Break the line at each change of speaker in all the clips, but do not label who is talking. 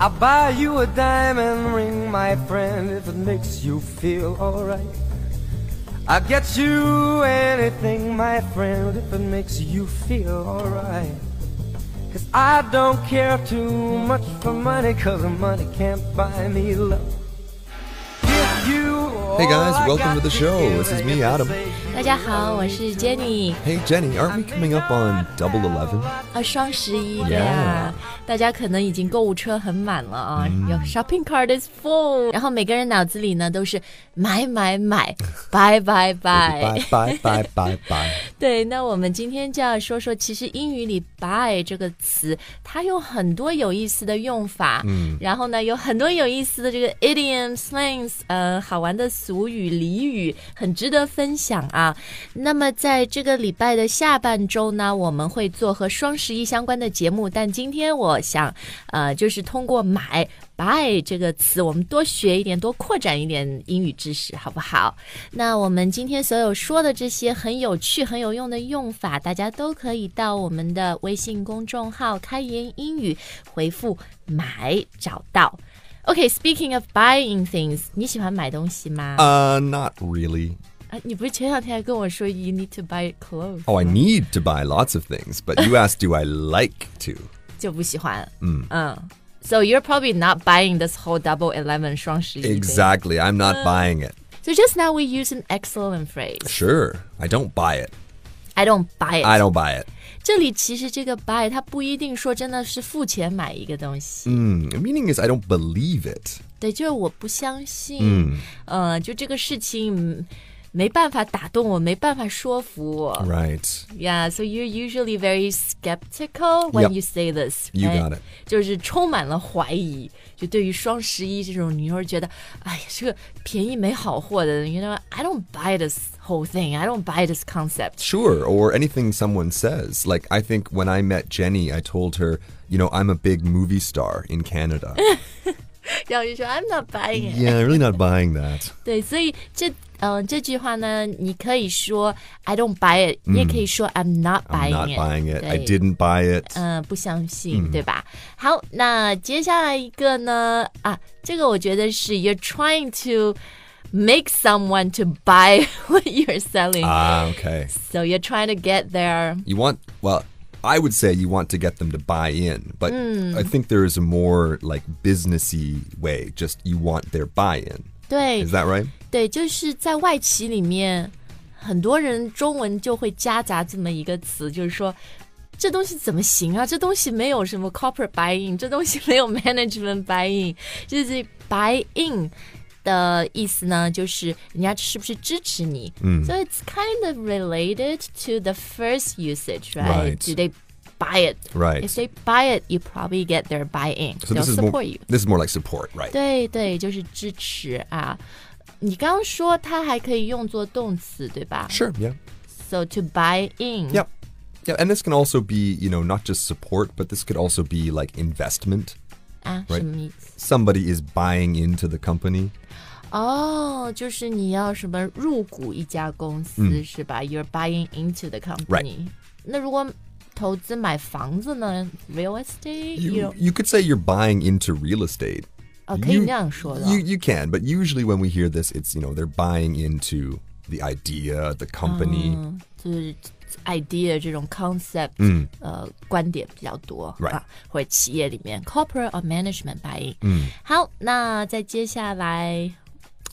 I'll buy you a diamond ring, my friend, if it makes you feel alright. I'll get you anything, my friend, if it makes you feel alright. Cause I don't care too much for money, cause money can't buy me love. Give you
Hey guys,
all I
welcome
got
to the show.
give,
This is
and
me,
if you
Adam.
say
大家好，我是 Jenny。
Hey Jenny, aren't we coming up on Double Eleven?
啊，双十一对呀大家可能已经购物车很满了啊，有 shopping cart is full。然后每个人脑子里呢都是买买买，拜拜拜
Bye。bye bye bye bye.
对，那我们今天就要说说，其实英语里 “buy” 这个词，它有很多有意思的用法，嗯，然后呢，有很多有意思的这个 idiom slangs，呃，好玩的俗语俚语，很值得分享啊。那么在这个礼拜的下半周呢，我们会做和双十一相关的节目，但今天我想，呃，就是通过买。buy 这个词，我们多学一点，多扩展一点英语知识，好不好？那我们今天所有说的这些很有趣、很有用的用法，大家都可以到我们的微信公众号“开言英语”回复“买”找到。OK，Speaking、of buying things，你喜欢买东西吗？
Uh, not really.
啊，你不是前两天还跟我说 “You need to buy clothes”，、
Oh, I need to buy lots of things, but you asked, do I like to?
就不喜欢。嗯嗯。So you're probably not buying this whole Double Eleven 双十一 thing.
Exactly. I'm not buying it.
So just now we use an excellent phrase.
Sure. I don't buy it.
I don't buy it.
I don't buy it.
这里其实这个 buy 它不一定说真的是付钱买一个东西，
Hmm. The meaning is I don't believe it.
对，就是我不相信，呃，就这个事情嗯没办法打动我，没办法说服我。
Right.
Yeah, so you're usually very skeptical when
Yep.
you say this.
You
right?
got it.
就是充满了怀疑，就对于双十一这种，你会觉得，哎呀，这个便宜没好货的。You know, I don't buy this whole thing. I don't buy this concept.
Sure, or anything someone says. Like, I think when I met Jenny, I told her, you know, I'm a big movie star in Canada.
然后就说 I'm not buying it.
yeah, I'm really not buying that.
对，所以这嗯、呃这句话呢，你可以说 I don't buy it，、你也可以说 I'm not
I'm
buying
not
it，Uh,
buying it. I
对
didn't buy it.
嗯、不相信，对吧？好，那接下来一个呢？啊，这个我觉得是 you're trying to make someone to buy what you're selling，、
Ah, okay.
so you're trying to get their
You want, well, I would say you want to get them to buy in, but
Hmm.
I think there is a more like businessy way. Just you want their buy in.
对
Is that right?
对，就是在外企里面，很多人中文就会夹杂这么一个词，就是说。这东西怎么行啊？这东西没有什么 corporate buying，这东西没有 management buying，就是 buy in 的意思呢，就是人家是不是支持你？嗯，so it's kind of related to the first usage, right?
Right.
Do they buy it?
Right.
If they buy it, you probably get their buy in.
So
They'll
this is more
support you.
this is more like support, right?
对对，就是支持啊。你刚刚说它还可以用作动词，对吧
Sure, yeah.
？So to buy in，、
Yep. Yeah, and this can also be, you know, not just support, but this could also be like investment.
啊
Right
什么意思？
Somebody is buying into the company.
哦、就是你要什么入股一家公司、是吧？You're buying into the company。
嗯 Right
那如果投资买房子呢？Real estate，
You,
you know-
you could say you're buying into real estate.
哦，可以
You,
那样说的。
you, you can, but usually when we hear this, it's, you know, they're buying into the idea, the company.
嗯，就是 idea 这种 concept，呃，观点比较多
Right
啊，或者企业里面 corporate or management buying。嗯，好，那再接下来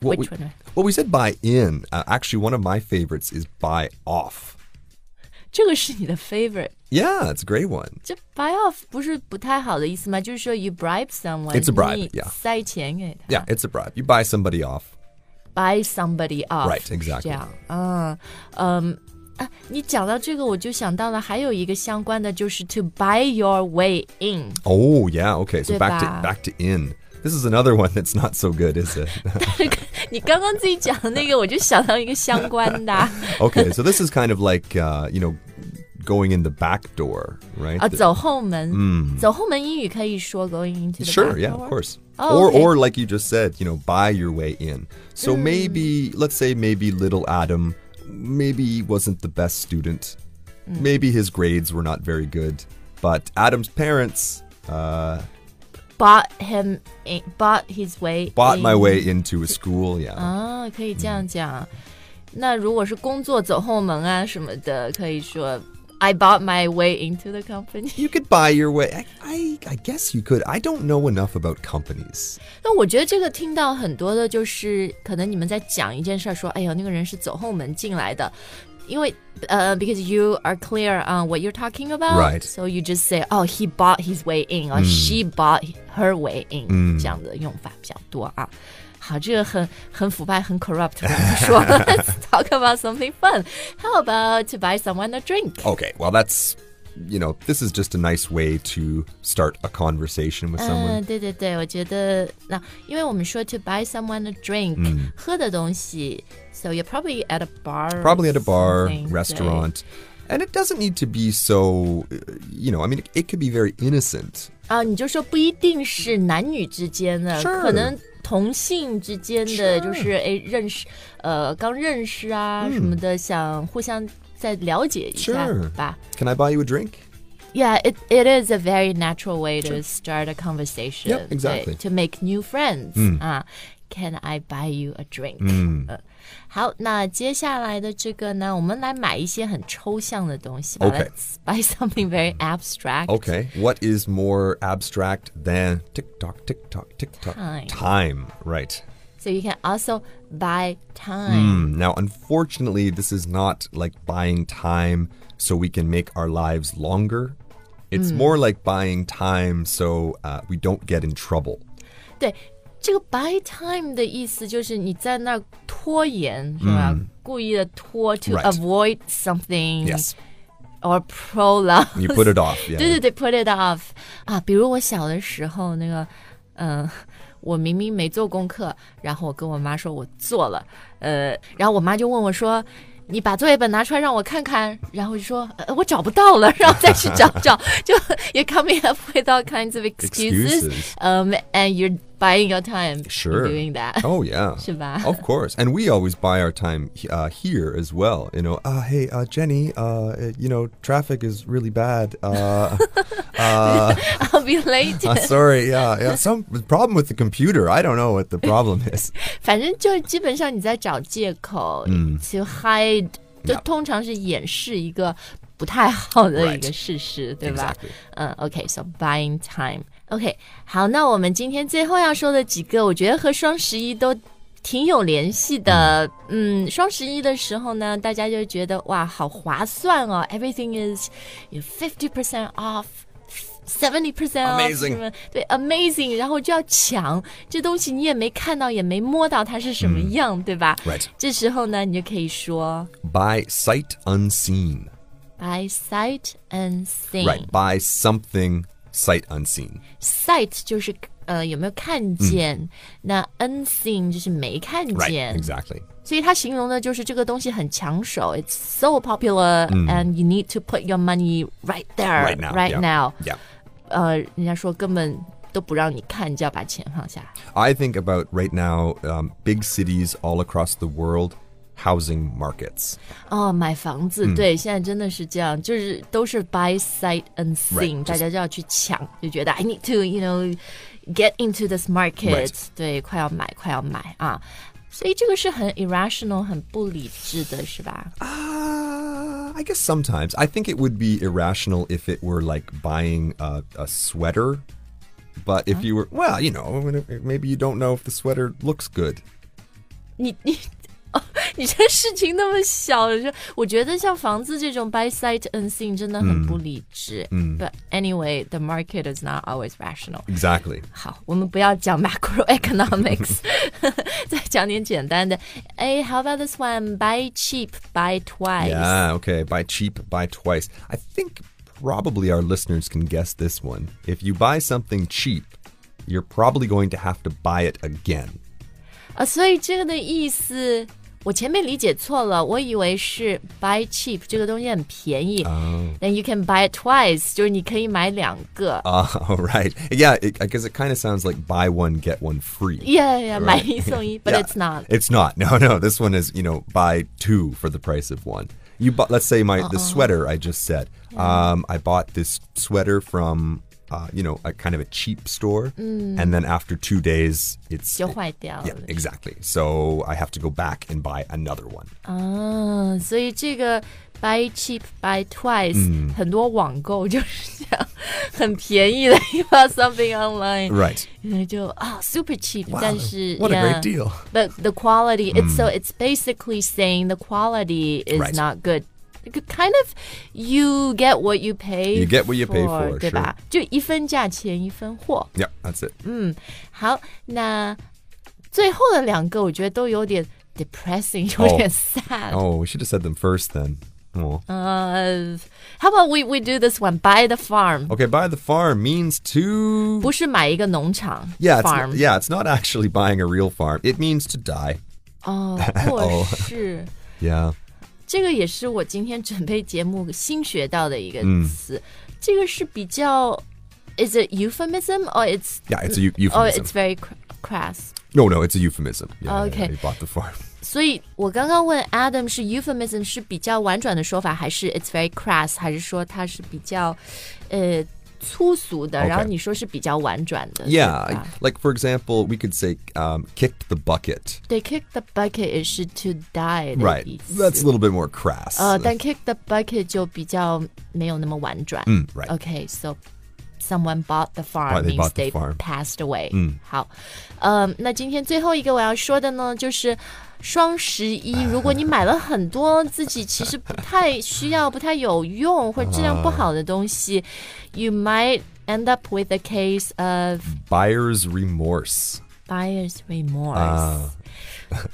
What
which
we-
one？
Well, we said buy in. Uh, actually, one of my favorites is buy off.
这个是你的 favorite。
Yeah, it's a great one.
这 buy off 不是不太好的意思吗？就是说 you bribe someone，
It's a bribe，
你
yeah
塞钱给他
Yeah, it's a bribe. You buy somebody off.
buy somebody off。
Right，
是
exactly
这样，嗯嗯。啊，你讲到这个，我就想到了还有一个相关的，就是 to buy your way in。
Oh, yeah. Okay, so back to
Goodbye.
back to in. This is another one that's not so good, is it?
你刚刚自己讲的那个，我就想到一个相关 的啊，
okay, so this is kind of like uh, you know, going in the back door, right?
啊
The-
走后门。嗯，走后门英语可以说 going into the
Sure,
back
yeah,
door
of course.
Oh,
or
okay. Mm.
or like you just said, you know, buy your way in. So maybe let's say maybe little Adam maybe he wasn't the best student.
Mm.
Maybe his grades were not very good, but Adam's parents uh
bought him in, bought his way
Bought my
in
way 嗯 into a school, yeah.
啊，可以这样讲。那如果是工作走后门啊什么的，可以说 I bought my way into the company。
You could buy your way. I, I, I guess you could. I don't know enough about companies.
那我觉得这个听到很多的，就是可能你们在讲一件事儿，说哎呦那个人是走后门进来的。因为呃、b e c a u s e you are clear on what you're talking about,
Right.
so you just say, "Oh, he bought his way in," or "She bought her way in," 这样的用法比较多啊。好，这个很很腐败，很 corrupt，我不说。Let's talk about something fun. How about to buy someone a drink?
Okay, well, that's, you know, this is just a nice way to start a conversation with
嗯，
someone.
对对对，我觉得那、因为我们说 to buy someone a drink，、喝
嗯
的东西，so you're probably at a bar, or
Probably at a bar,
something，对
restaurant. And it doesn't need to be so, uh, you know, I mean, it, it could be very innocent.
啊，你就说不一定是男女之间的
Sure
可能同性之间的，
Sure
就是哎认识，呃，刚认识啊、
嗯
什么的，想互相再了解一下
Sure
吧。
Can I buy you a drink?
Yeah, it it is a very natural way to start a conversation.
Yep, exactly. Mm.
对 To make new friends. 啊，Can I buy you a drink？呃好，那接下来的这个呢，我们来买一些很抽象的东西吧。
Okay.
Let's buy something very abstract.
Okay. What is more abstract than tick tock, tick tock, tick tock?
Time.
Time, right.
So you can also buy time.
Mm, Now, unfortunately, this is not like buying time so we can make our lives longer. It's
Hmm.
more like buying time so uh, we don't get in trouble.
对，这个 buy time 的意思就是你在那儿拖延，是吧？故意的拖 to
Mm. Right.
avoid something
Yes.
or prolong.
You put it off. Yeah.
对对对，put it off 啊！比如我小的时候，那个，嗯、我明明没做功课，然后我跟我妈说我做了，呃，然后我妈就问我说。你把作业本拿出来让我看看，然后就说、呃、我找不到了， 然后再去找找，就 you're coming up with all kinds of excuses,
Excuses.
um, and you're buying your time in
Sure.
doing that，、
Oh, yeah.
是吧？
Of course. And we always buy our time uh, here as well. You know, uh, hey, uh, Jenny, uh, uh, you know, traffic is really bad. Uh, uh,
I'll be late，、
uh, sorry. Yeah, yeah. Some problem with the computer. I don't know what the problem is.
反正就是基本上你在找借口、to hide，就
嗯 Yeah.
通常是掩饰一个不太好的一个
Right.
事实，对吧
Exactly.
嗯，OK，so、buying time。OK，好，那我们今天最后要说的几个，我觉得和双十一都。挺有联系的，嗯，双十一的时候呢，大家就觉得哇，好划算哦，everything is fifty percent off，seventy percent off，
Amazing
什么对，amazing，然后就要抢这东西，你也没看到，也没摸到它是什么样，对吧
嗯 Right.
这时候呢，你就可以说
By sight unseen.
by sight and seeing。
Right, by something sight unseen.
sight 就是呃有没有
嗯
看见，那 unseen 就是没看
Right,
见
exactly.
所以它形容的就是这个东西很抢手，it's so popular、and you need to put your money right there
嗯 Right now. yeah.
now
Yeah.
呃，人家说根本都不让你看，就要把钱放下来。
I think about right now um, big cities all across the world, housing markets.
哦，买房子，对，现在真的是这样，就是都是 by sight and
Right，
seeing，、大家就要去抢，就觉得 I need to you know get into this market，、
Right
对，快要买，快要买啊，所以这个是很 irrational，很不理智的，是吧？
Uh, I guess sometimes. I think it would be irrational if it were like buying a, a sweater. But if you were, well, you know, maybe you don't know if the sweater looks good.
你你。哦 你这事情那么小，就我觉得像房子这种 by sight and seeing 真的很不理智。嗯，But anyway, the market is not always rational.
Exactly.
好，我们不要讲 macroeconomics，再讲点简单的。哎，How about this one? Buy cheap, buy twice.
Yeah, okay. Buy cheap, buy twice. I think probably our listeners can guess this one. If you buy something cheap, you're probably going to have to buy it again.
啊，所以这个的意思，我前面理解错了，我以为是 buy cheap 这个东西很便宜、t
哦
h e n you can buy it twice，就是你可以买两个。
Ah, all right. Yeah, it, I guess it kind of sounds like buy one, get one free.
Yeah, yeah, 买
Right.
一送一，but
Yeah.
it's not.
It's not. No, no. This one is, you know, buy two for the price of one. You bought, let's say my the sweater I just said. Um, I bought this sweater from uh, you know, a kind of a cheap store,
Mm.
and then after two days, it's
就坏掉了
Yeah,。exactly. So I have to go back and buy another one.
啊，所以这个 buy cheap buy twice，、很多网购就是这样，很便宜的，you bought something online，、
Right.
然后就啊 super cheap，、
Wow,
但是
what a
yeah,
great deal. Mm。
But the quality, it's so it's basically saying the quality is
Right.
not good. Kind of, you get what you pay.
You get what you pay for,
对吧？就一分价钱一分货。
Yep, that's it.
Mm. 好，那最后的两个我觉得都有点 depressing，
哦
有点 sad。
Oh, we should have said them first then. Oh.
Uh, how about we we do this one? Buy the farm.
Okay, buy the farm means to
不是买一个农场
Yeah, it's,
farm，
yeah, it's not actually buying a real farm. It means to die.
哦，
Oh.
过世，
Yeah.
这个也是我今天准备节目新学到的一个
Mm.
词。这个是比较，is it euphemism or it's
Yeah, it's a eu-
or
euphemism.
Oh, it's very cr- crass？
No, no, it's a euphemism. Yeah, yeah,
Oh, okay.
yeah, he bought the farm.
所以我刚刚问 Adam 是 euphemism 是比较婉转的说法，还是 it's very crass，还是说它是比较，呃。粗俗的
OK
然后你说是比较婉转的
Yeah,
对吧
like for example, we could say um, kicked the bucket.
They kick the bucket 也是 to die 的
Right.
意思。
That's a little bit more crass.
呃，但 kick the bucket 就比较没有那么婉转。
嗯，right
Okay, so someone bought the farm
Mm. Right, they
means
bought the
they
farm. Mm.
passed away. 嗯，好，嗯，那今天最后一个我要说的呢，就是。双十 一，如果你买了很多自己其实不太需要、不太有用或者质量不好的东西、y o u might end up with a case of
Buyer's remorse.
buyer's remorse。啊、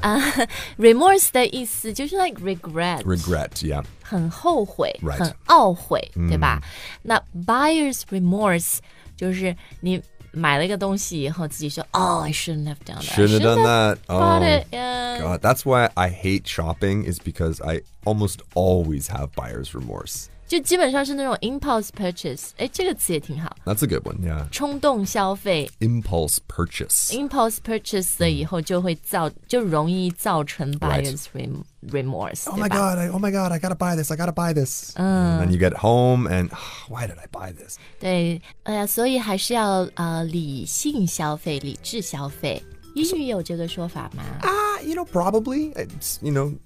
r e m o r s e 的意思就是 like regret，
Regret, yeah.
很后悔
Right
很懊悔，对吧？那 buyer's remorse 就是你买了一个东西以后，自己说，Oh, I shouldn't have done that.
Shouldn't have done that. Oh,
bought it. and-"
God. That's why I hate shopping, is because I almost always have buyer's remorse.
就基本上是那种 impulse purchase，哎，这个词也挺好，
That's a good one, yeah.
冲动消费
Impulse purchase.
impulse purchase 了以后，就会造就容易造成
Right
buyer's rem remorse，
oh
对
my
吧？
god, I, oh my god, I gotta buy this, I gotta buy this.
Uh.
And then you get home and why did I buy this?
对，哎呀，所以还是要呃理性消费，理智消费。英语有这个说 法吗？
Ah, you know, probably. It's, you know,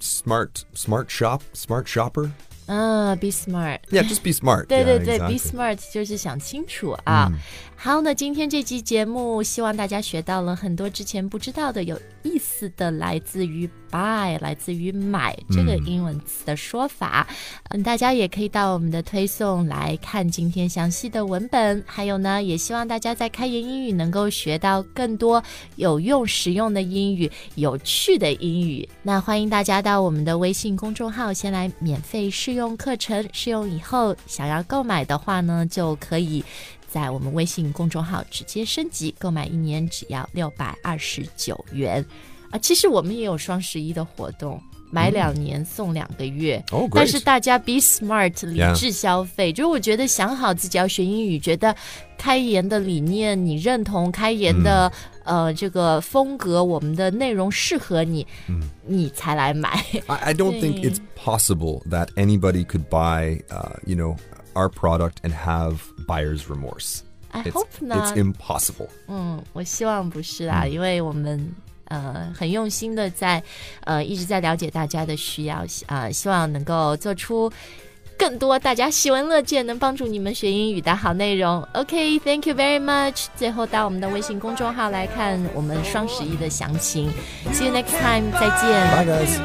smart, smart shop, smart shopper.
嗯，be smart。
Yeah, just be smart.
对
yeah,
对对、
exactly. 嗯
b e smart 就是想清楚啊。好，那今天这期节目，希望大家学到了很多之前不知道的有意思的，来自于 buy，来自于买
嗯
这个英文词的说法。嗯，大家也可以到我们的推送来看今天详细的文本。还有呢，也希望大家在开言英语能够学到更多有用、实用的英语、有趣的英语。那欢迎大家到我们的微信公众号先来免费试用课程，试用以后想要购买的话呢，就可以。在我们微信公众号直接升级购买，一年只要六百二十九元啊！其实我们也有双十一的活动，买两年送两个月。
Oh, great.
但是大家 be smart，理
Yeah.
智消费。就是我觉得想好自己要学英语，觉得开言的理念你认同，开言的、呃这个风格，我们的内容适合你，你才来买。
I, I don't think it's possible that anybody could buy, uh, you know, our product and have buyer's remorse.
I
it's,
hope not.
It's impossible.
嗯，我希望不是啦，因为我们呃很用心的在呃一直在了解大家的需要，呃，希望能够做出更多大家喜闻乐见、能帮助你们学英语的好内容。OK，thank、you very much。最后到我们的微信公众号来看我们双十一的详情。See you next time，再见。
Bye, guys.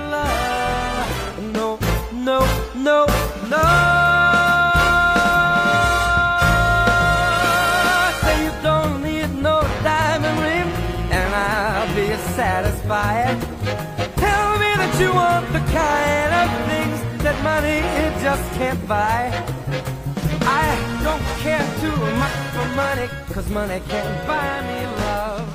No, no, no, no. Say you don't need no diamond ring, and I'll be satisfied. Tell me that you want the kind of things that money it just can't buy. I don't care too much for money, cause money can't buy me love.